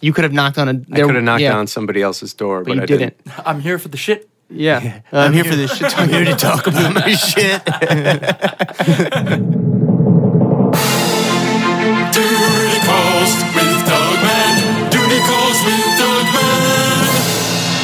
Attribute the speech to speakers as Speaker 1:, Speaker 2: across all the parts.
Speaker 1: You could have knocked on a.
Speaker 2: I could have knocked
Speaker 1: yeah,
Speaker 2: on somebody else's door, but,
Speaker 1: But you
Speaker 2: I
Speaker 1: didn't.
Speaker 3: I'm here for the shit.
Speaker 1: Yeah. Uh, I'm here for this shit. I'm here to talk about my shit.
Speaker 4: Duty calls with Doug Man. Duty calls with Doug Man.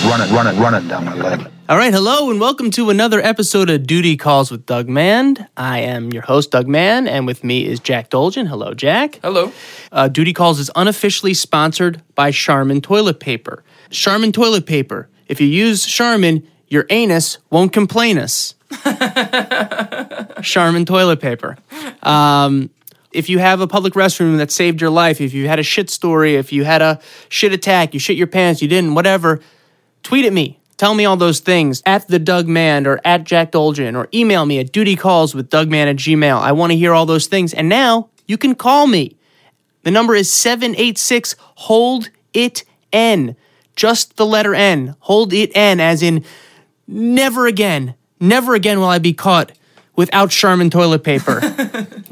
Speaker 5: Run it, run it, run it down my leg.
Speaker 1: All right, hello and welcome to another episode of Duty Calls with Doug Mand. I am your host, Doug Mand, and with me is Jack Dolgen. Hello, Jack.
Speaker 3: Hello.
Speaker 1: Uh, Duty Calls is unofficially sponsored by Charmin Toilet Paper. Charmin Toilet Paper. If you use Charmin, your anus won't complain us. Charmin Toilet Paper. Um, if you have a public restroom that saved your life, if you had a shit story, if you had a shit attack, you shit your pants, you didn't, whatever, tweet at me. Tell me all those things at the Doug Mand or at Jack Dolgen or email me at dutycallswithdugman with Dougman at Gmail. I want to hear all those things. And now you can call me. The number is 786 Hold It N. Just the letter N. Hold It N, as in never again, never again will I be caught without Charmin toilet paper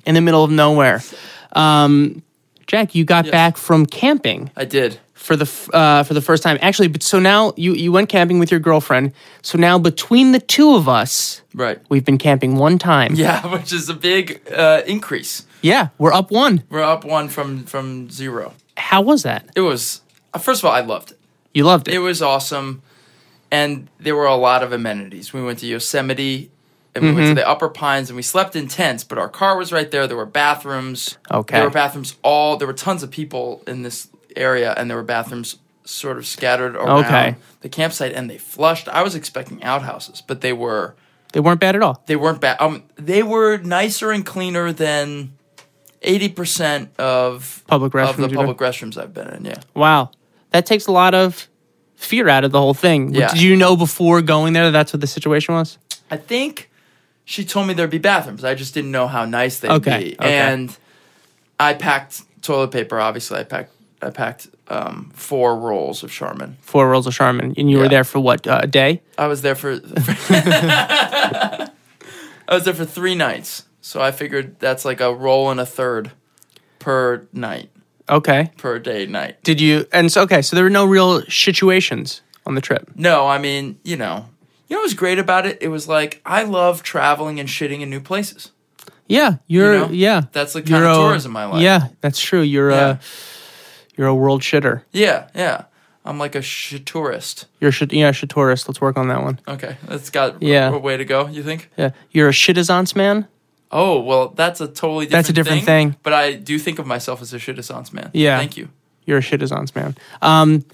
Speaker 1: in the middle of nowhere. Um, Jack, you got back from camping
Speaker 3: I did.
Speaker 1: for the f- uh, for the first time. Actually, but so now you you went camping with your girlfriend. So now between the two of us,
Speaker 3: Right.
Speaker 1: we've been camping one time.
Speaker 3: Yeah, which is a big uh, increase.
Speaker 1: yeah, we're up one.
Speaker 3: We're up one from from zero.
Speaker 1: How was that?
Speaker 3: It was uh, first of all, I loved it.
Speaker 1: You loved it.
Speaker 3: It was awesome, and there were a lot of amenities. We went to Yosemite, and we went to the Upper Pines, and we slept in tents. But our car was right there. There were bathrooms.
Speaker 1: Okay.
Speaker 3: There were bathrooms all. There were tons of people in this area, and there were bathrooms sort of scattered around
Speaker 1: Okay.
Speaker 3: the campsite. And they flushed. I was expecting outhouses, but they were
Speaker 1: they weren't bad at all.
Speaker 3: they weren't bad. Um, they were nicer and cleaner than eighty percent of
Speaker 1: Public
Speaker 3: of the
Speaker 1: restrooms you
Speaker 3: public restrooms I've been in. Yeah,
Speaker 1: Wow, that takes a lot of fear out of the whole thing.
Speaker 3: Yeah.
Speaker 1: Did you know before going there that that's what the situation was?
Speaker 3: I think she told me there'd be bathrooms. I just didn't know how nice they'd
Speaker 1: Okay,
Speaker 3: be.
Speaker 1: okay.
Speaker 3: And I packed toilet paper. Obviously, I packed I packed um, four rolls of Charmin.
Speaker 1: Four rolls of Charmin, and you were
Speaker 3: Yeah.
Speaker 1: there for what uh, a day?
Speaker 3: I was there for I was there for three nights. So I figured that's like a roll and a third per night
Speaker 1: Okay.
Speaker 3: per day night.
Speaker 1: Did you? And so okay, so there were no real situations on the trip.
Speaker 3: No, I mean, you know, you know what was great about it? It was like I love traveling and shitting in new places.
Speaker 1: Yeah, you're.
Speaker 3: know?
Speaker 1: yeah,
Speaker 3: That's the kind of tourism I like.
Speaker 1: Yeah, that's true. You're
Speaker 3: Yeah.
Speaker 1: a you're a world shitter.
Speaker 3: Yeah, yeah. I'm like a shit tourist.
Speaker 1: You're a shit, yeah, shit tourist. Let's work on that one.
Speaker 3: Okay, that's got
Speaker 1: Yeah.
Speaker 3: a way to go. You think?
Speaker 1: Yeah, you're a shitizance man.
Speaker 3: Oh well, that's a totally different
Speaker 1: That's a different thing.
Speaker 3: But I do think of myself as a shitissance man.
Speaker 1: Yeah.
Speaker 3: thank you.
Speaker 1: You're a shitizance man. Um,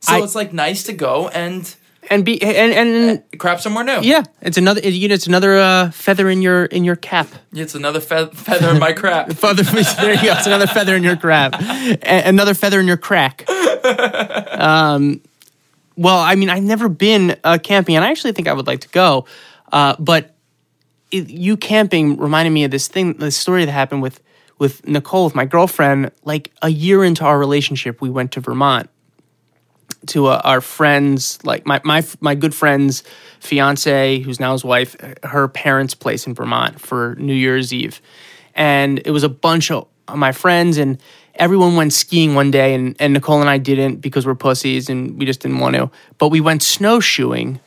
Speaker 3: So
Speaker 1: I-
Speaker 3: it's like nice to go and
Speaker 1: and be and and
Speaker 3: crap somewhere new.
Speaker 1: yeah, it's another it, you know, it's another uh, feather in your in your cap.
Speaker 3: it's another fe- feather in my crap.
Speaker 1: Feather, there you go. It's another feather in your crap. A- another feather in your crack. Um, well, I mean, I've never been uh, camping, and I actually think I would like to go. Uh, but it, you camping reminded me of this thing, this story that happened with with Nicole, with my girlfriend. Like a year into our relationship, we went to Vermont to uh, our friends, like my my my good friend's fiance, who's now his wife, her parents' place in Vermont for New Year's Eve, and it was a bunch of my friends and everyone went skiing one day, and and Nicole and I didn't because we're pussies and we just didn't want to, but we went snowshoeing,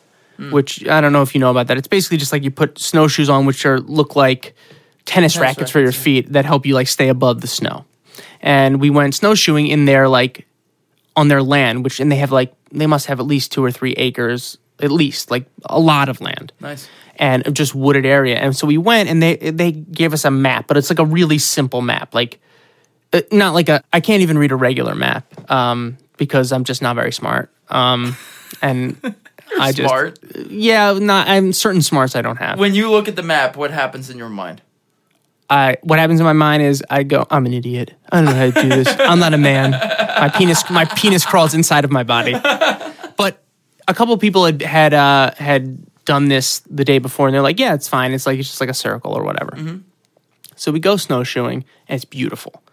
Speaker 1: which I don't know if you know about that. It's basically just like you put snowshoes on, which are look like tennis, rackets, for your feet that help you like stay above the snow, and we went snowshoeing in their like on their land, which and they have like they must have at least two or three acres, at least like a lot of land,
Speaker 3: Nice.
Speaker 1: and just wooded area. And so we went, and they they gave us a map, but it's like a really simple map, like uh, not like a I can't even read a regular map um, because I'm just not very smart, um, and I just
Speaker 3: Smart.
Speaker 1: yeah, not I'm certain smarts I don't have.
Speaker 3: When you look at the map, what happens in your mind?
Speaker 1: I what happens in my mind is I go, I'm an idiot. I don't know how to do this. I'm not a man. My penis my penis crawls inside of my body. But a couple people had had uh, had done this the day before, and they're like, yeah, it's fine. It's like it's just like a circle or whatever. So we go snowshoeing, and it's beautiful,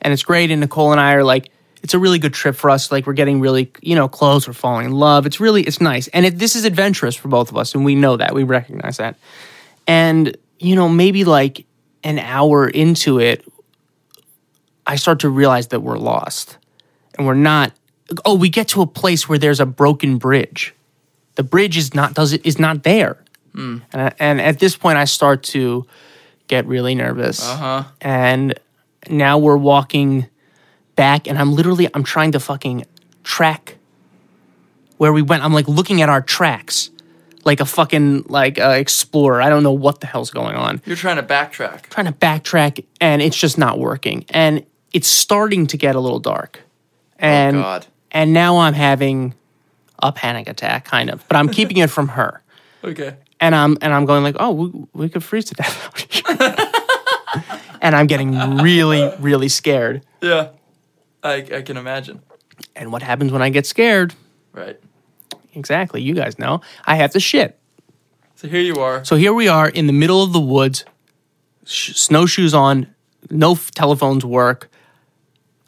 Speaker 1: and it's great. And Nicole and I are like. It's a really good trip for us. Like we're getting really, you know, close. We're falling in love. It's really, it's nice, and it, this is adventurous for both of us, and we know that. We recognize that and you know maybe like an hour into it i start to realize that we're lost and we're not oh we get to a place where there's a broken bridge the bridge is not does it is not there and, I, and at this point i start to get really nervous
Speaker 3: Uh-huh.
Speaker 1: and now we're walking back and i'm literally i'm trying to fucking track where we went i'm like looking at our tracks like a fucking like uh, explorer i don't know what the hell's going on
Speaker 3: You're trying to backtrack.
Speaker 1: trying to backtrack and it's just not working and it's starting to get a little dark and
Speaker 3: God.
Speaker 1: and now i'm having a panic attack kind of but i'm keeping it from her
Speaker 3: Okay.
Speaker 1: and i'm and i'm going like oh we, we could freeze to death out here. and i'm getting really really scared
Speaker 3: Yeah. I, I can imagine.
Speaker 1: and what happens when i get scared
Speaker 3: Right.
Speaker 1: exactly you guys know i have to shit
Speaker 3: So here you are.
Speaker 1: So here we are in the middle of the woods, sh- snowshoes on, no f- telephones work.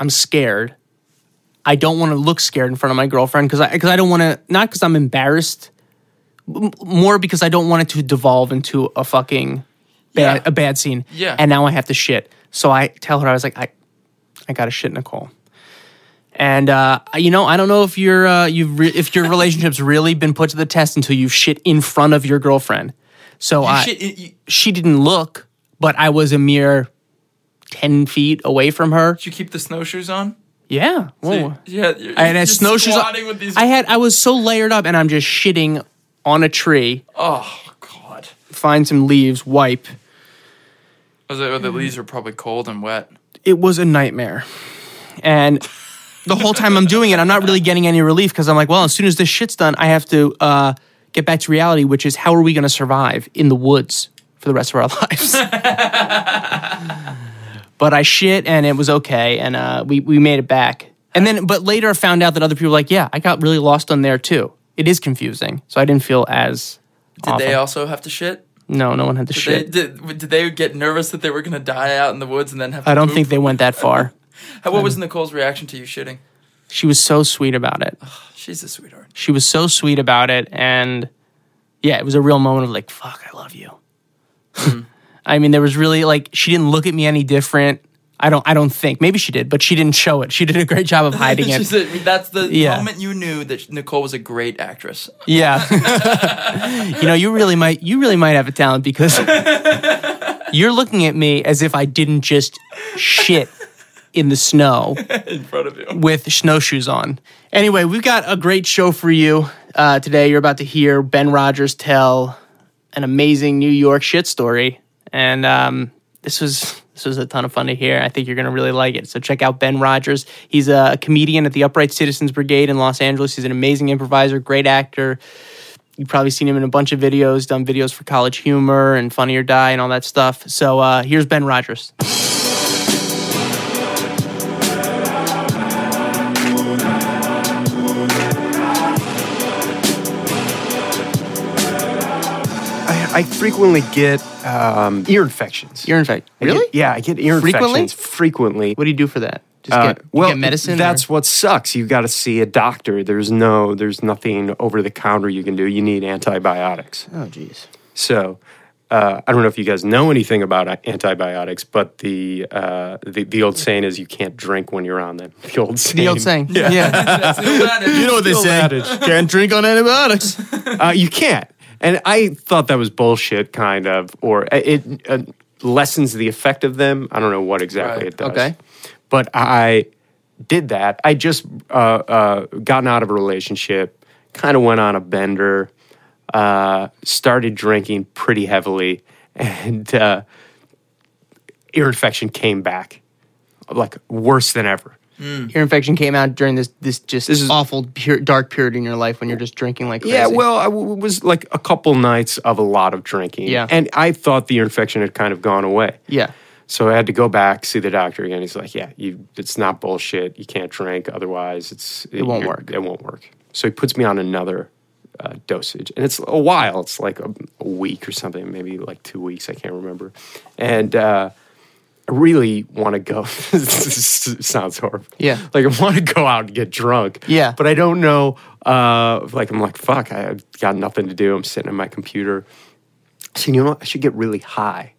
Speaker 1: I'm scared. I don't want to look scared in front of my girlfriend because I because I don't want to not because I'm embarrassed, m- more because I don't want it to devolve into a fucking bad
Speaker 3: Yeah.
Speaker 1: a bad scene.
Speaker 3: Yeah.
Speaker 1: And now I have to shit. So I tell her I was like I, I got to shit Nicole. And uh, you know, I don't know if your uh, you've re- if your relationship's really been put to the test until you shit in front of your girlfriend. So I,
Speaker 3: Shit, you- you-
Speaker 1: she didn't look, but I was a mere ten feet away from her.
Speaker 3: did you keep the snowshoes on?
Speaker 1: Yeah,
Speaker 3: So
Speaker 1: whoa.
Speaker 3: you-
Speaker 1: I
Speaker 3: yeah. You're,
Speaker 1: had
Speaker 3: you're
Speaker 1: had
Speaker 3: just
Speaker 1: snowshoes. on.
Speaker 3: squatting With these,
Speaker 1: I had I was so layered up, and I'm just shitting on a tree.
Speaker 3: oh, God.
Speaker 1: Find some leaves, wipe.
Speaker 3: Was it, Oh, the leaves were probably cold and wet.
Speaker 1: It was a nightmare, and. The whole time I'm doing it, I'm not really getting any relief because I'm like, well, as soon as this shit's done, I have to uh, get back to reality, which is how are we going to survive in the woods for the rest of our lives? but I shit and it was okay, and uh, we we made it back. And then, but later I found out that other people were like, yeah, I got really lost on there too. It is confusing, so I didn't feel as.
Speaker 3: Did they
Speaker 1: awful.
Speaker 3: also have to shit?
Speaker 1: No, no one had the
Speaker 3: They,
Speaker 1: shit.
Speaker 3: did, did they get nervous that they were going to die out in the woods and then have to
Speaker 1: I don't
Speaker 3: move?
Speaker 1: think they went that far.
Speaker 3: How- What was Nicole's reaction to you shitting?
Speaker 1: She was so sweet about it.
Speaker 3: She's a sweetheart.
Speaker 1: She was so sweet about it, and yeah, it was a real moment of like, fuck, I love you. I mean, there was really like she didn't look at me any different. I don't. I don't think. Maybe she did, but she didn't show it. She did a great job of hiding it.
Speaker 3: She's a- that's the
Speaker 1: Yeah.
Speaker 3: moment you knew that Nicole was a great actress.
Speaker 1: Yeah. you know, you really might you really might have a talent because you're looking at me as if I didn't just shit in the snow
Speaker 3: In front of you.
Speaker 1: with snowshoes on. Anyway, we've got a great show for you uh, today. You're about to hear Ben Rogers tell an amazing New York shit story, and um, this was this was a ton of fun to hear. I think you're going to really like it. So check out Ben Rogers. He's a comedian at the Upright Citizens Brigade in Los Angeles. He's an amazing improviser, great actor. You've probably seen him in a bunch of videos, done videos for College Humor and Funny or Die and all that stuff. So uh, here's Ben Rogers.
Speaker 2: I, I frequently get um, ear infections.
Speaker 1: You're in fact
Speaker 2: I get- yeah, I get ear
Speaker 1: Frequently?
Speaker 2: infections frequently.
Speaker 1: What do you do for that? Just
Speaker 2: Uh,
Speaker 1: get, you
Speaker 2: well,
Speaker 1: get medicine.
Speaker 2: That's
Speaker 1: or-
Speaker 2: what sucks. You got to see a doctor. There's no, there's nothing over the counter you can do. You need antibiotics.
Speaker 1: oh, jeez.
Speaker 2: So, uh, I don't know if you guys know anything about a- antibiotics, but the uh, the, the old saying is you can't drink when you're on them. The old saying.
Speaker 1: The old saying. Yeah.
Speaker 3: That's the old adage.
Speaker 2: You know what they say?
Speaker 1: Can't drink on antibiotics.
Speaker 2: uh, you can't. And I thought that was bullshit, kind of, or it uh, lessens the effect of them. I don't know what exactly
Speaker 3: Right,
Speaker 2: it does.
Speaker 1: okay.
Speaker 2: But I did that. I just uh, uh, gotten out of a relationship, kind of went on a bender, uh, started drinking pretty heavily, and uh, ear infection came back, like worse than ever.
Speaker 1: Ear infection came out during this this just
Speaker 2: This is-
Speaker 1: awful pure, dark period in your life when you're just drinking like crazy.
Speaker 2: Yeah, well, I w- was like a couple nights of a lot of drinking.
Speaker 1: Yeah.
Speaker 2: And I thought the ear infection had kind of gone away.
Speaker 1: yeah.
Speaker 2: So I had to go back, see the doctor again. He's like, yeah, you, it's not bullshit. You can't drink. Otherwise, it's, it,
Speaker 1: won't
Speaker 2: you're-
Speaker 1: work.
Speaker 2: It won't work. So he puts me on another uh, dosage. And it's a while. It's like a, a week or something, maybe like two weeks. I can't remember. And uh, I really want to go. this sounds horrible.
Speaker 1: Yeah.
Speaker 2: Like I want to go out and get drunk.
Speaker 1: Yeah.
Speaker 2: But I don't know. Uh, like I'm like, fuck, I- I've got nothing to do. I'm sitting at my computer. So, you know what? I should get really high.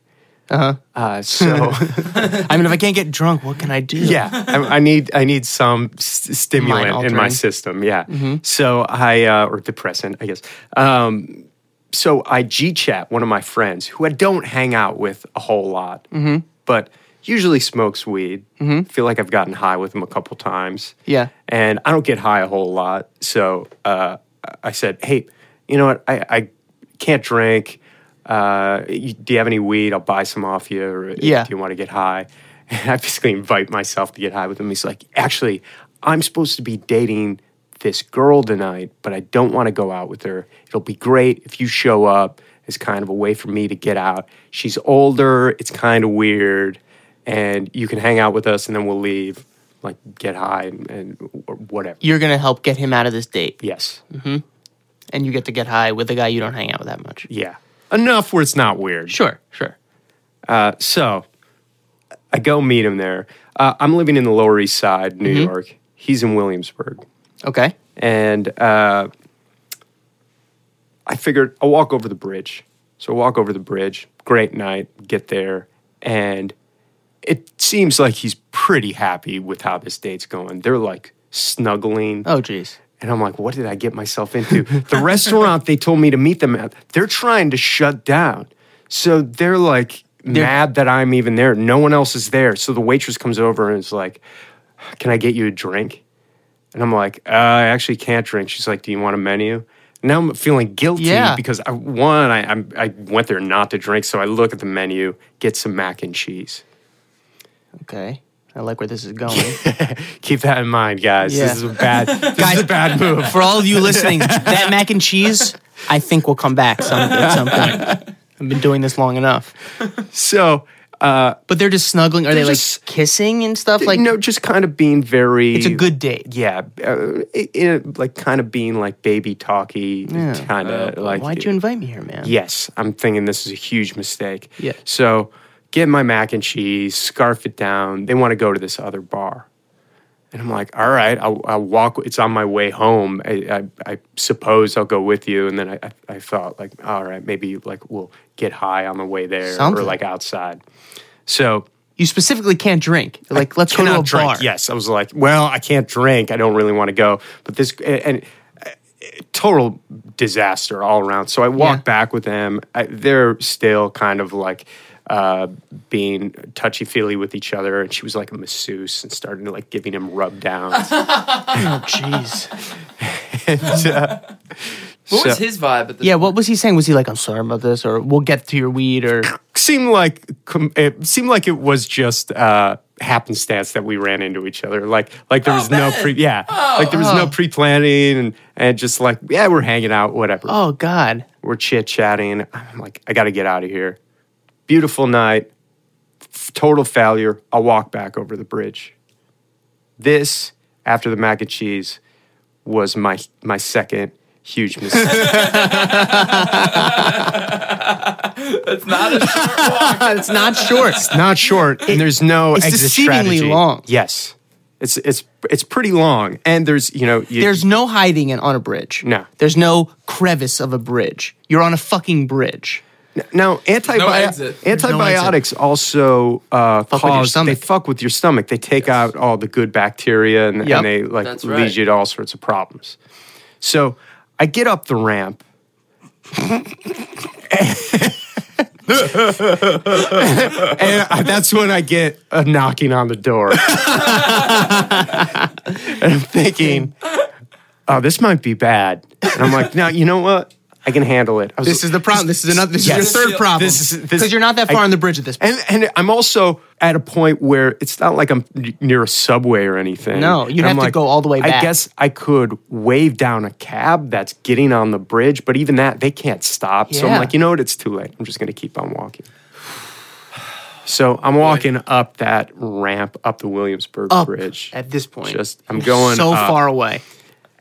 Speaker 2: Uh, so
Speaker 1: I mean, if I can't get drunk, what can I do?
Speaker 2: yeah, I, I need I need some s- stimulant in my
Speaker 1: Mind-altering. Mm-hmm.
Speaker 2: system. Yeah, so I uh, or depressant, I guess. Um, so I G chat one of my friends who I don't hang out with a whole lot,
Speaker 1: Mm-hmm.
Speaker 2: but usually smokes weed. Feel like I've gotten high with him a couple times.
Speaker 1: Yeah.
Speaker 2: and I don't get high a whole lot. So uh, I said, hey, you know what? I, I can't drink. Uh, you, do you have any weed? I'll buy some off you. Or
Speaker 1: Yeah.
Speaker 2: Do you want to get high? And I basically invite myself to get high with him. He's like, actually, I'm supposed to be dating this girl tonight, but I don't want to go out with her. It'll be great if you show up as kind of a way for me to get out. She's older. It's kind of weird. And you can hang out with us and then we'll leave, like get high and, and wh- whatever.
Speaker 1: You're gonna help get him out of this date,
Speaker 2: Yes.
Speaker 1: and you get to get high with a guy you don't hang out with that much.
Speaker 2: Yeah. Enough where it's not weird.
Speaker 1: Sure, sure.
Speaker 2: So I go meet him there. Uh, I'm living in the Lower East Side, New York. He's in Williamsburg.
Speaker 1: Okay.
Speaker 2: And uh, I figured I'll walk over the bridge. So I walk over the bridge. Great night. Get there. And it seems like he's pretty happy with how this date's going. They're like snuggling.
Speaker 1: Oh, jeez.
Speaker 2: And I'm like, what did I get myself into? The restaurant they told me to meet them at, they're trying to shut down. So they're like mad that I'm even there. No one else is there. So the waitress comes over and is like, can I get you a drink? And I'm like, uh, I actually can't drink. She's like, do you want a menu? Now I'm feeling guilty
Speaker 1: Yeah.
Speaker 2: because I, one, I, I'm, I went there not to drink. So I look at the menu, get some mac and cheese.
Speaker 1: Okay. I like where this is going.
Speaker 2: Keep that in mind, guys.
Speaker 1: Yeah.
Speaker 2: This is a bad, this
Speaker 1: Guys-
Speaker 2: is a bad move.
Speaker 1: For all of you listening, that mac and cheese, I think will come back some, at some point. I've been doing this long enough.
Speaker 2: So
Speaker 1: But they're just snuggling. Are they
Speaker 2: They're
Speaker 1: like
Speaker 2: just-
Speaker 1: kissing and stuff?
Speaker 2: like
Speaker 1: Like
Speaker 2: no, just kind of being very.
Speaker 1: it's a good date.
Speaker 2: yeah, uh, it, it, like kind of being like baby talky, kind of like.
Speaker 1: Why'd you invite me here, man?
Speaker 2: Yes, I'm thinking this is a huge mistake.
Speaker 1: Yeah.
Speaker 2: So get my mac and cheese, scarf it down. They want to go to this other bar. And I'm like, all right, I'll, I'll walk. It's on my way home. I, I, I suppose I'll go with you. And then I, I, I thought, like, all right, maybe like we'll get high on the way there
Speaker 1: Something.
Speaker 2: or like outside. So
Speaker 1: You specifically can't drink. Like let's go to a
Speaker 2: cannot drink.
Speaker 1: bar.
Speaker 2: Yes, I was like, well, I can't drink. I don't really want to go. But this and, and uh, total disaster all around. So I walk
Speaker 1: Yeah.
Speaker 2: back with them. I, they're still kind of like uh, being touchy feely with each other. And she was like a masseuse and started like giving him rub downs.
Speaker 1: Oh, jeez.
Speaker 2: uh,
Speaker 3: What was
Speaker 2: So-
Speaker 3: his vibe at the
Speaker 1: Yeah. What was he saying? Was he like, I'm sorry about this, or we'll get to your weed, or
Speaker 2: seemed like com- it seemed like it was just uh, happenstance that we ran into each other. Like like
Speaker 1: Oh,
Speaker 2: there was no
Speaker 3: man.
Speaker 2: pre yeah like there was no pre planning and and just like yeah we're hanging out whatever.
Speaker 1: oh god,
Speaker 2: We're chit chatting. I'm like, I got to get out of here. Beautiful night, F- total failure. I'll walk back over the bridge. This, after the mac and cheese, was my my second huge mistake.
Speaker 3: It's not a short walk.
Speaker 1: it's not short.
Speaker 2: Not short, and there's no
Speaker 1: it's
Speaker 2: exit
Speaker 1: deceivingly
Speaker 2: strategy.
Speaker 1: long.
Speaker 2: Yes, it's it's it's pretty long, and there's you know you,
Speaker 1: There's no hiding in, on a bridge.
Speaker 2: No.
Speaker 1: There's no crevice of a bridge. You're on a fucking bridge.
Speaker 2: Now, antibi-
Speaker 3: No exit.
Speaker 2: antibiotics also uh,
Speaker 1: with your
Speaker 2: cause they
Speaker 1: stomach.
Speaker 2: fuck with your stomach. They take out all the good bacteria and,
Speaker 1: Yep.
Speaker 2: and they like
Speaker 3: That's
Speaker 2: lead
Speaker 3: right.
Speaker 2: you to all sorts of problems. So I get up the ramp. and I- uh, that's when I get a knocking on the door. and I'm thinking, oh, this might be bad. And I'm like, no, you know what? I can handle it. I was-
Speaker 1: This is the problem. This is another. This
Speaker 2: Yes.
Speaker 1: is your third problem.
Speaker 2: This is- this-
Speaker 1: because you're not that far
Speaker 2: I-
Speaker 1: on the bridge at this point.
Speaker 2: And and I'm also at a point where it's not like I'm n- near a subway or anything.
Speaker 1: No, you'd
Speaker 2: And I'm
Speaker 1: have to go all the way
Speaker 2: I
Speaker 1: back.
Speaker 2: guess I could wave down a cab that's getting on the bridge, but even that they can't stop. So I'm
Speaker 1: Yeah.
Speaker 2: like, you know what? It's too late. I'm just gonna keep on walking. So I'm walking up that ramp up the Williamsburg
Speaker 1: Up
Speaker 2: Bridge.
Speaker 1: at this point.
Speaker 2: Just I'm
Speaker 1: You're
Speaker 2: going
Speaker 1: so
Speaker 2: up.
Speaker 1: far away.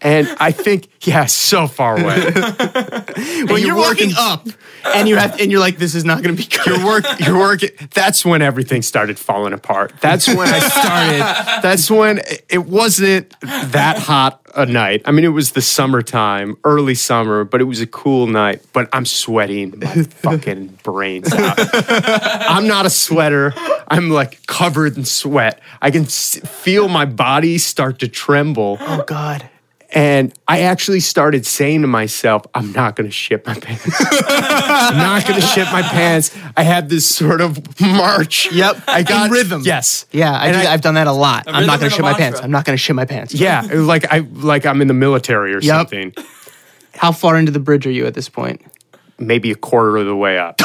Speaker 2: And I think, yeah, so far away.
Speaker 1: Well,
Speaker 2: you're
Speaker 1: you're, walking
Speaker 2: working-
Speaker 1: up, and you have, and you're like, this is not going to be good.
Speaker 2: Your work, your work. That's when everything started falling apart. That's when I started. That's when it wasn't that hot a night. I mean, it was the summertime, early summer, but it was a cool night. But I'm sweating my fucking brains out. I'm not a sweater. I'm like covered in sweat. I can s- feel my body start to tremble.
Speaker 1: Oh God.
Speaker 2: And I actually started saying to myself, I'm not going to shit my pants. I'm not going to shit my pants. I had this sort of march.
Speaker 1: Yep.
Speaker 2: I got
Speaker 1: In rhythm.
Speaker 2: Yes.
Speaker 1: Yeah, I
Speaker 2: And
Speaker 1: do, I, have done that a lot. I'm not going
Speaker 3: rhythm and
Speaker 1: to
Speaker 3: a
Speaker 1: shit my
Speaker 3: mantra.
Speaker 1: pants. I'm not going to shit my pants.
Speaker 2: Yeah. It was like I like I'm in the military or something.
Speaker 1: How far into the bridge are you at this point?
Speaker 2: Maybe a quarter of the way up.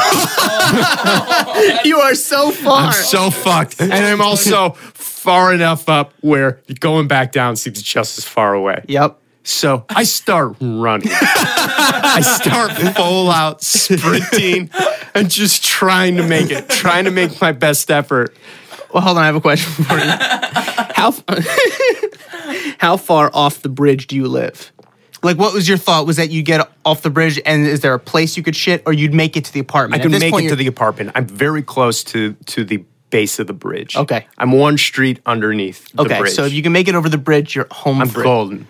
Speaker 1: You are so far.
Speaker 2: I'm so fucked. And I'm also far enough up where going back down seems just as far away.
Speaker 1: yep.
Speaker 2: So I start running. I start full out sprinting and just trying to make it, trying to make my best effort.
Speaker 1: Well, hold on. I have a question for you. how f- how far off the bridge do you live? Like, what was your thought? Was that you get off the bridge, and is there a place you could shit, or you'd make it to the
Speaker 2: I
Speaker 1: apartment? At
Speaker 2: can
Speaker 1: this
Speaker 2: make
Speaker 1: point,
Speaker 2: it to
Speaker 1: you're-
Speaker 2: the apartment. I'm very close to to the base of the bridge.
Speaker 1: Okay.
Speaker 2: I'm one street underneath the
Speaker 1: Okay,
Speaker 2: bridge.
Speaker 1: so if you can make it over the bridge, you're home
Speaker 2: I'm
Speaker 1: free.
Speaker 2: golden.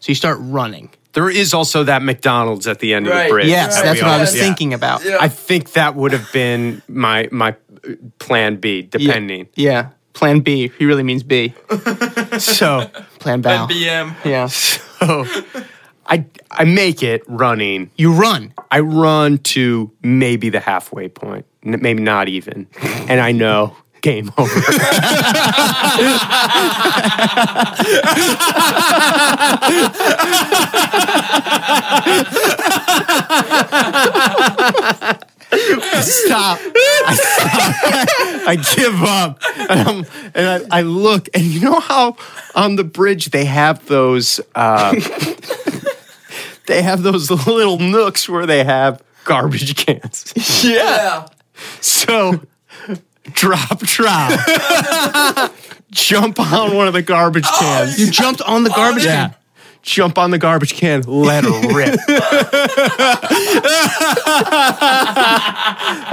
Speaker 1: So you start running.
Speaker 2: There is also that McDonald's at the end of
Speaker 3: Right.
Speaker 2: the bridge.
Speaker 1: Yes,
Speaker 2: that
Speaker 1: that's
Speaker 2: we
Speaker 1: what I was
Speaker 2: always- yeah.
Speaker 1: thinking about.
Speaker 3: Yeah.
Speaker 2: I think that would have been my my uh, plan B, depending.
Speaker 1: Yeah. Plan B. He really means B.
Speaker 2: So
Speaker 1: Plan Bow.
Speaker 3: BM.
Speaker 1: Yeah.
Speaker 2: so I I make it running.
Speaker 1: You run.
Speaker 2: I run to maybe the halfway point, n- maybe not even, and I know game over. Stop. I, stop. I give up. And, I'm, and I, I look, and you know how on the bridge they have those uh, they have those little nooks where they have garbage cans.
Speaker 3: Yeah.
Speaker 2: So drop, drop, jump on one of the garbage cans.
Speaker 1: You jumped on the garbage
Speaker 2: yeah.
Speaker 1: can.
Speaker 2: Jump on the garbage can, let her rip. and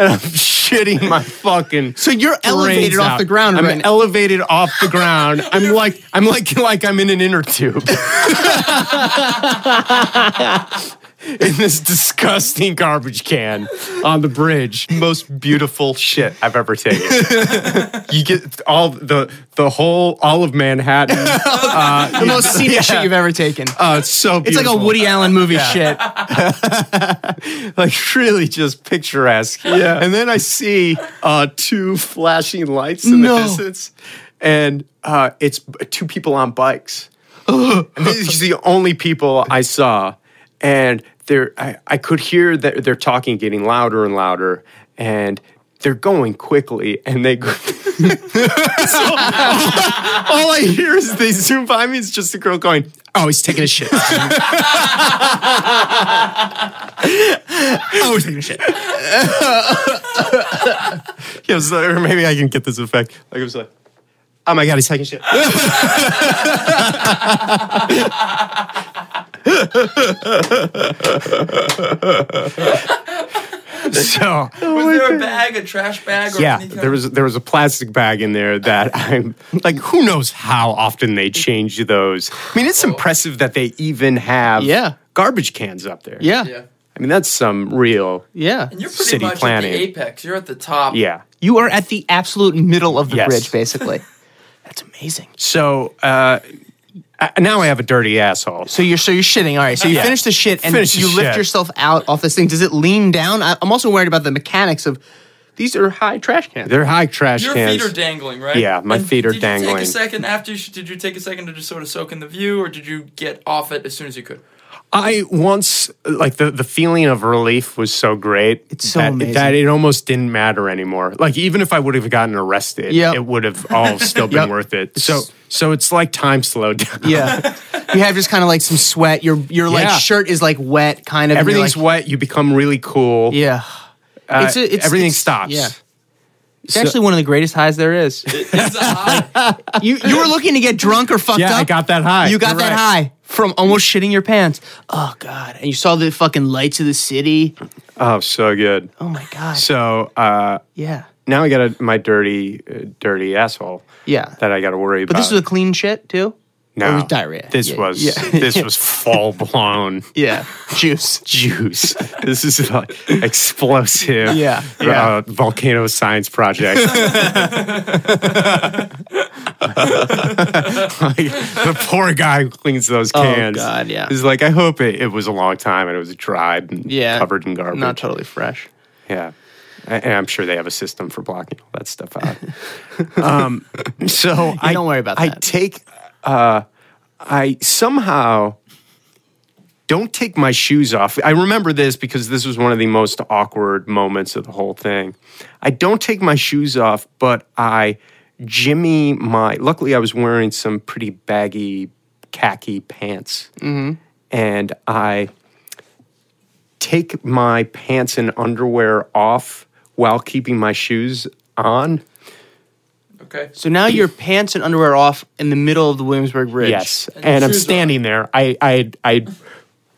Speaker 2: I'm shitting my fucking.
Speaker 1: So you're elevated
Speaker 2: brains
Speaker 1: off
Speaker 2: out.
Speaker 1: the ground
Speaker 2: I'm
Speaker 1: right now.
Speaker 2: elevated off the ground. I'm like I'm like like I'm in an inner tube. in this disgusting garbage can on the bridge. Most beautiful shit I've ever taken. you get all the the whole all of Manhattan. Uh,
Speaker 1: the most scenic shit you've ever taken.
Speaker 2: oh, it's so
Speaker 1: it's
Speaker 2: beautiful.
Speaker 1: like a Woody Allen movie shit.
Speaker 2: like really just picturesque. Yeah. And then I see uh, two flashing lights in
Speaker 1: No.
Speaker 2: the distance, and uh, it's b- two people on bikes. and these are the only people I saw, and they're I, I could hear that they're talking, getting louder and louder, and they're going quickly, and they. go- So, all, I hear is they zoom by me. It's just a girl going, "Oh, he's taking a shit."
Speaker 1: I was taking shit.
Speaker 2: Yeah, so, or maybe I can get this effect. Like it was like, oh my god, he's taking shit. so
Speaker 1: Oh
Speaker 3: Was there a bag, a trash bag, or
Speaker 2: yeah,
Speaker 3: anything?
Speaker 2: there was there was a plastic bag in there that I'm like, who knows how often they change those. I mean, it's impressive that they even have
Speaker 1: Yeah.
Speaker 2: garbage cans up there.
Speaker 1: Yeah.
Speaker 3: Yeah.
Speaker 1: Yeah.
Speaker 2: I mean, that's some real
Speaker 3: And you're pretty
Speaker 2: City
Speaker 3: much
Speaker 2: planning.
Speaker 3: at the apex. You're at the top.
Speaker 2: yeah.
Speaker 1: You are at the absolute middle of the
Speaker 2: Yes.
Speaker 1: bridge, basically. That's amazing.
Speaker 2: So uh, I, now I have a dirty asshole.
Speaker 1: So you're so you're shitting. All right. So you
Speaker 2: Yeah.
Speaker 1: finish the shit and
Speaker 2: Finish the
Speaker 1: you lift
Speaker 2: shit.
Speaker 1: yourself out off this thing. Does it lean down? I, I'm also worried about the mechanics of these are high trash cans.
Speaker 2: They're high trash
Speaker 3: Your
Speaker 2: cans.
Speaker 3: feet are dangling, right?
Speaker 2: Yeah, my feet are
Speaker 3: did You
Speaker 2: dangling.
Speaker 3: take a second after. You, sh- did you take a second to just sort of soak in the view, or did you get off it as soon as you could?
Speaker 2: I once like the the feeling of relief was so great.
Speaker 1: It's so
Speaker 2: that,
Speaker 1: amazing.
Speaker 2: that it almost didn't matter anymore. Like even if I would have gotten arrested,
Speaker 1: Yep.
Speaker 2: it would have all still been
Speaker 1: Yep.
Speaker 2: worth it. So so it's like time slowed down.
Speaker 1: Yeah. you have just kind of like some sweat. Your your like
Speaker 2: Yeah.
Speaker 1: shirt is like wet, kind of. and you're
Speaker 2: Everything's
Speaker 1: like,
Speaker 2: wet. You become really cool.
Speaker 1: Yeah.
Speaker 2: Uh,
Speaker 1: It's a- it's-
Speaker 2: everything
Speaker 1: it's-
Speaker 2: stops.
Speaker 1: yeah. It's actually one of the greatest highs there is.
Speaker 3: It's a high.
Speaker 1: you you were looking to get drunk or fucked
Speaker 2: Yeah,
Speaker 1: up.
Speaker 2: I got that high.
Speaker 1: You got
Speaker 2: You're
Speaker 1: that
Speaker 2: right.
Speaker 1: high from almost shitting your pants. Oh god! And you saw the fucking lights of the city.
Speaker 2: Oh, so good.
Speaker 1: Oh my god!
Speaker 2: So uh,
Speaker 1: yeah,
Speaker 2: now I got a, my dirty, uh, dirty asshole
Speaker 1: yeah.
Speaker 2: that I got to worry
Speaker 1: but
Speaker 2: about.
Speaker 1: this was a clean shit too.
Speaker 2: uh, no
Speaker 1: it was diarrhea.
Speaker 2: This
Speaker 1: Yeah,
Speaker 2: was
Speaker 1: yeah.
Speaker 2: this was full blown
Speaker 1: Yeah, juice.
Speaker 2: juice. This is like explosive.
Speaker 1: Yeah, yeah.
Speaker 2: Uh, volcano science project. like, the poor guy who cleans those cans.
Speaker 1: Oh, God, yeah.
Speaker 2: He's like, I hope it, it was a long time and it was dried and
Speaker 1: Yeah,
Speaker 2: covered in garbage.
Speaker 1: Not totally fresh.
Speaker 2: Yeah. A- And I'm sure they have a system for blocking all that stuff out. um, so I
Speaker 1: don't worry about
Speaker 2: I
Speaker 1: that.
Speaker 2: take, uh, I somehow don't take my shoes off. I remember this because this was one of the most awkward moments of the whole thing. I don't take my shoes off, but I jimmy my. Luckily, I was wearing some pretty baggy khaki pants,
Speaker 1: Mm-hmm.
Speaker 2: and I take my pants and underwear off while keeping my shoes on.
Speaker 3: Okay.
Speaker 1: So now your pants and underwear are off in the middle of the Williamsburg Bridge.
Speaker 2: Yes, and,
Speaker 3: your
Speaker 2: I'm
Speaker 3: shoes
Speaker 2: standing there. I I I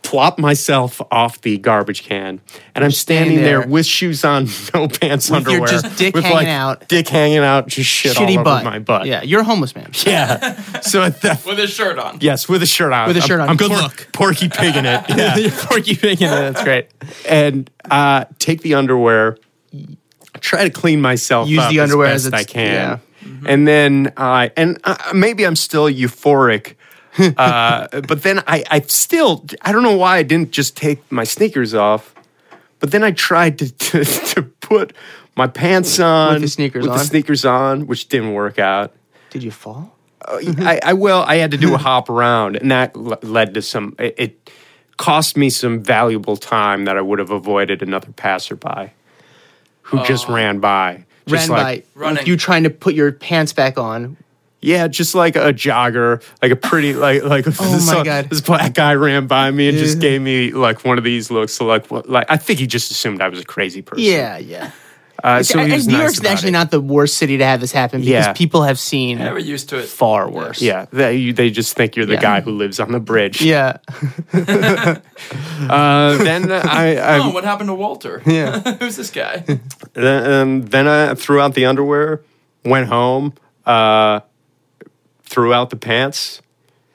Speaker 2: plop myself off the garbage can, and I'm standing
Speaker 1: standing
Speaker 2: there
Speaker 1: there.
Speaker 2: with shoes on, no pants,
Speaker 1: your
Speaker 2: underwear,
Speaker 1: just dick
Speaker 2: with
Speaker 1: hanging
Speaker 2: like
Speaker 1: out.
Speaker 2: dick hanging out, just shit all
Speaker 1: Shitty
Speaker 2: over
Speaker 1: butt.
Speaker 2: my butt.
Speaker 1: Yeah, you're a homeless man.
Speaker 2: yeah. So at that.
Speaker 3: With his shirt on.
Speaker 2: Yes, with a shirt on.
Speaker 1: With a shirt on.
Speaker 2: I'm, I'm
Speaker 1: Good
Speaker 2: por-
Speaker 1: look.
Speaker 2: Porky pig in it. Yeah.
Speaker 1: Porky pig in it. That's great.
Speaker 2: and uh, take the underwear, try to clean myself
Speaker 1: Use
Speaker 2: up
Speaker 1: the underwear
Speaker 2: as,
Speaker 1: as
Speaker 2: best I
Speaker 1: it's-
Speaker 2: can, Mm-hmm.
Speaker 1: yeah.
Speaker 2: and then I and uh, maybe I'm still euphoric. uh, but then I, I still I don't know why I didn't just take my sneakers off, but then I tried to to, to put my pants on
Speaker 1: the sneakers
Speaker 2: with the
Speaker 1: on?
Speaker 2: sneakers on, which didn't work out.
Speaker 1: Did you fall? Mm-hmm.
Speaker 2: I, I will. I had to do a hop around, and that l- led to some. It, it cost me some valuable time that I would have avoided another passerby who just ran by. Just
Speaker 1: Oh. Ran
Speaker 2: like,
Speaker 1: by
Speaker 3: Running.
Speaker 1: with you trying to put your pants back on.
Speaker 2: Yeah, just like a jogger, like a pretty, like like this,
Speaker 1: Oh my God.
Speaker 2: this black guy ran by me and just
Speaker 1: Yeah.
Speaker 2: gave me like one of these looks. So like, what, like I think he just assumed I was a crazy person.
Speaker 1: Yeah, yeah.
Speaker 2: uh, so
Speaker 1: I-
Speaker 2: he
Speaker 1: I-
Speaker 2: was
Speaker 1: New
Speaker 2: nice
Speaker 1: York's
Speaker 2: about
Speaker 1: actually
Speaker 2: it.
Speaker 1: not the worst city to have this happen because
Speaker 2: Yeah.
Speaker 1: people have seen
Speaker 3: Yeah, we're used to it.
Speaker 1: far worse.
Speaker 2: Yeah, they you- they just think you're the
Speaker 1: Yeah.
Speaker 2: guy who lives on the bridge.
Speaker 1: Yeah.
Speaker 2: Uh, then I, I
Speaker 3: Oh, what happened to Walter? Yeah. Who's this guy?
Speaker 2: Then, um, then I threw out the underwear, went home, uh, threw out the pants.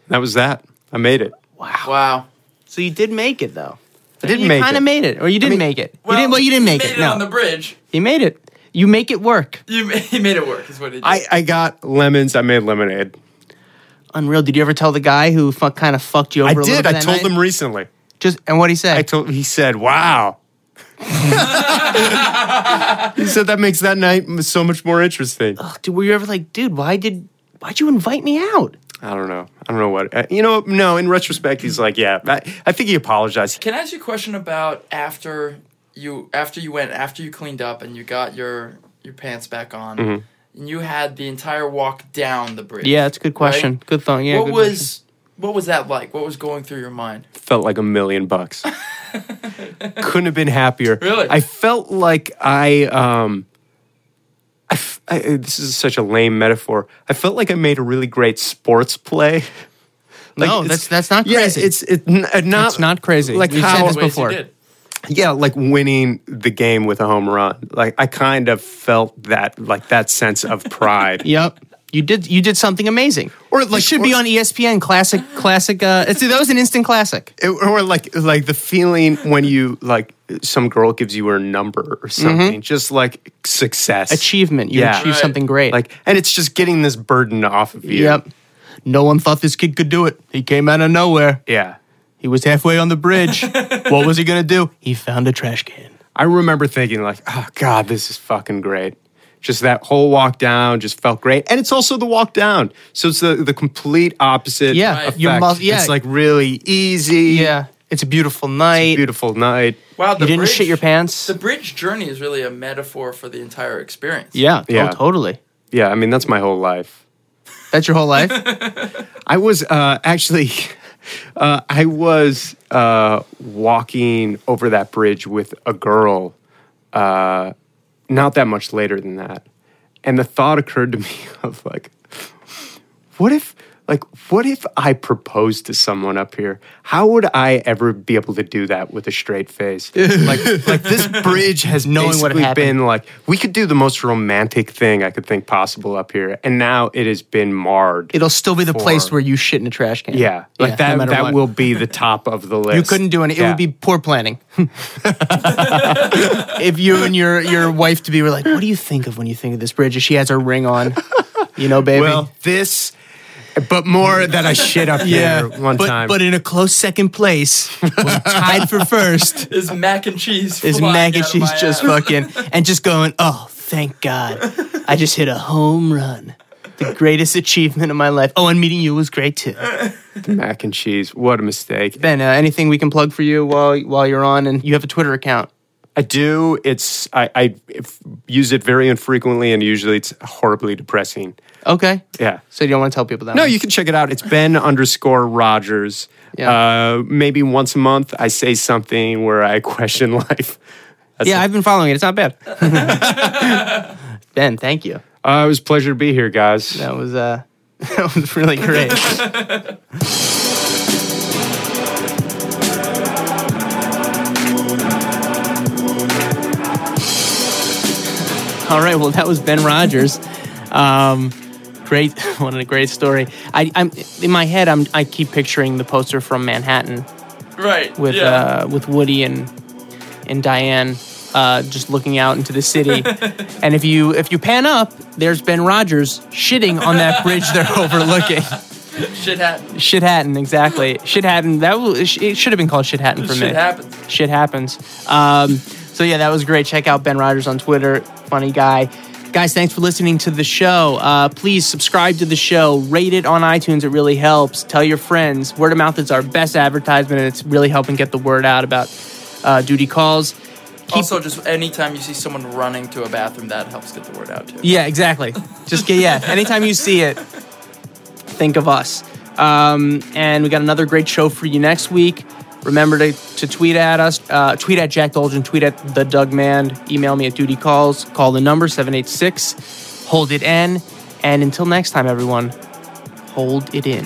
Speaker 2: That was that. I made it.
Speaker 3: Wow.
Speaker 1: So you did make it though.
Speaker 2: I didn't
Speaker 1: you
Speaker 2: make
Speaker 1: kind
Speaker 2: it.
Speaker 1: of made it, or you didn't make it. you didn't, well, you didn't
Speaker 3: he
Speaker 1: make
Speaker 3: made
Speaker 1: it. No,
Speaker 3: on the bridge.
Speaker 1: you made it. You make it work.
Speaker 3: You ma- he made it work. Is what he did.
Speaker 2: I, I got lemons. I made lemonade.
Speaker 1: Unreal. Did you ever tell the guy who fu- kind of fucked you over?
Speaker 2: I
Speaker 1: a little
Speaker 2: did.
Speaker 1: bit
Speaker 2: I
Speaker 1: that
Speaker 2: told
Speaker 1: night?
Speaker 2: him recently.
Speaker 1: Just and what he say?
Speaker 2: I told. He said, "Wow." he said that makes that night m- so much more interesting.
Speaker 1: Dude, were you ever like, dude, why did why'd you invite me out?
Speaker 2: I don't know. I don't know what. uh, You know, no. In retrospect, he's like, "Yeah." I, I think he apologized.
Speaker 3: Can I ask you a question about after you after you went after you cleaned up and you got your your pants back on and you had the entire walk down the bridge?
Speaker 1: Mm-hmm. Yeah, that's a good question.
Speaker 3: Right?
Speaker 1: Good thought. Yeah.
Speaker 3: what
Speaker 1: good
Speaker 3: was what was that like? What was going through your mind?
Speaker 2: felt like a million bucks. Couldn't have been happier.
Speaker 3: Really?
Speaker 2: I felt like I um I, f- I- this is such a lame metaphor. I felt like I made a really great sports play. Like,
Speaker 1: No,
Speaker 2: it's-
Speaker 1: that's- that's not
Speaker 2: yeah,
Speaker 1: crazy.
Speaker 2: it's it, n- uh, not
Speaker 1: It's not crazy.
Speaker 2: Like
Speaker 1: We've said
Speaker 2: how
Speaker 1: this
Speaker 3: Ways
Speaker 1: before.
Speaker 3: You did.
Speaker 2: yeah, like winning the game with a home run. Like I kind of felt that like that sense of pride.
Speaker 1: question. Yep. You did you did something amazing.
Speaker 2: Or,
Speaker 1: This
Speaker 2: like-
Speaker 1: should be
Speaker 2: or-
Speaker 1: on E ESPN classic classic uh it's- that was an instant classic.
Speaker 2: It- or like like the feeling when you like some girl gives you her number
Speaker 1: Mm-hmm.
Speaker 2: or something just like success
Speaker 1: Achievement. You
Speaker 2: Yeah.
Speaker 1: achieved
Speaker 3: Right.
Speaker 1: something great.
Speaker 2: like and it's just getting this burden off of you
Speaker 1: Yep. No one thought this kid could do it. He came out of nowhere.
Speaker 2: yeah
Speaker 1: He was halfway on the bridge. what was he gonna do? He found a trash can.
Speaker 2: i remember thinking like oh god this is fucking great just that whole walk down just felt great and it's also the walk down so it's the, the complete opposite
Speaker 1: Yeah,
Speaker 2: effect.
Speaker 1: your mus- yeah.
Speaker 2: it's like really easy
Speaker 1: Yeah. It's a beautiful night.
Speaker 2: beautiful night
Speaker 3: Wow, the
Speaker 1: you didn't
Speaker 3: bridge,
Speaker 1: shit your pants.
Speaker 3: The bridge journey is really a metaphor for the entire experience.
Speaker 1: yeah,
Speaker 2: Yeah.
Speaker 1: Oh, totally.
Speaker 2: yeah i mean that's my whole life
Speaker 1: That's your whole life?
Speaker 2: I was uh, actually, uh, I was uh, walking over that bridge with a girl, uh, not that much later than that, and the thought occurred to me of like, what if, like, what if I proposed to someone up here? How would I ever be able to do that with a straight face? like, like this bridge has
Speaker 1: Knowing what
Speaker 2: basically
Speaker 1: happened.
Speaker 2: been like, we could do the most romantic thing I could think possible up here, and now it has been marred.
Speaker 1: It'll still be the
Speaker 2: For-
Speaker 1: place where you shit in a trash can.
Speaker 2: yeah, like
Speaker 1: no
Speaker 2: that.
Speaker 1: matter
Speaker 2: that
Speaker 1: what.
Speaker 2: will be the top of the list.
Speaker 1: You couldn't do any. It
Speaker 2: Yeah.
Speaker 1: would be poor planning. if you and your your wife to be were like, what do you think of when you think of this bridge? If she has her ring on, you know, baby.
Speaker 2: well this, but more that I shit up here one
Speaker 1: but,
Speaker 2: time.
Speaker 1: but in a close second place, when tied for first,
Speaker 3: Is mac and cheese?
Speaker 1: is
Speaker 3: flying
Speaker 1: mac and
Speaker 3: out of my
Speaker 1: cheese just
Speaker 3: ass?
Speaker 1: fucking and just going, oh, thank God, I just hit a home run. The greatest achievement of my life. Oh, and meeting you was great too.
Speaker 2: mac and cheese. What a mistake.
Speaker 1: Ben, uh, anything we can plug for you while while you're on, and you have a Twitter account.
Speaker 2: I do. It's I, I if- use it very infrequently, and usually it's horribly depressing.
Speaker 1: Okay.
Speaker 2: Yeah.
Speaker 1: So you don't want to tell people that?
Speaker 2: No,
Speaker 1: one?
Speaker 2: you can check it out. It's Ben underscore Rogers.
Speaker 1: Yeah.
Speaker 2: Uh, maybe once a month, I say something where I question life. That's
Speaker 1: Yeah,
Speaker 2: it.
Speaker 1: I've been following it. It's not bad. ben, thank you.
Speaker 2: uh, it was a pleasure to be here, guys.
Speaker 1: That was uh, that was really great. All right, well, that was Ben Rogers. Um, great, what a great story. I, I'm in my head. I'm I keep picturing the poster from Manhattan
Speaker 3: right
Speaker 1: with
Speaker 3: yeah.
Speaker 1: uh, with Woody and and Diane uh, just looking out into the city. and if you if you pan up, there's Ben Rogers shitting on that bridge they're overlooking.
Speaker 3: shit happens.
Speaker 1: Shit Hatton, exactly. Shit Hatton. That w- it should have been called Shit Hatton for me.
Speaker 3: Shit happens.
Speaker 1: Shit happens. Um, so yeah, that was great. Check out Ben Rogers on Twitter. Funny guy. Guys, thanks for listening to the show. Uh, please subscribe to the show. Rate it on iTunes. It really helps. Tell your friends. Word of mouth is our best advertisement, and it's really helping get the word out about uh, duty calls. Keep-
Speaker 3: also, just anytime you see someone running to a bathroom, that helps get the word out too.
Speaker 1: Yeah, exactly. Just get yeah. Anytime you see it, think of us. Um, and we got another great show for you next week. Remember to, to tweet at us, uh, tweet at Jack Dolgen, tweet at the Doug Mand, email me at duty calls, call the number 786, hold it in. And until next time, everyone, hold it in.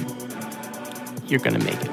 Speaker 1: You're going to make it.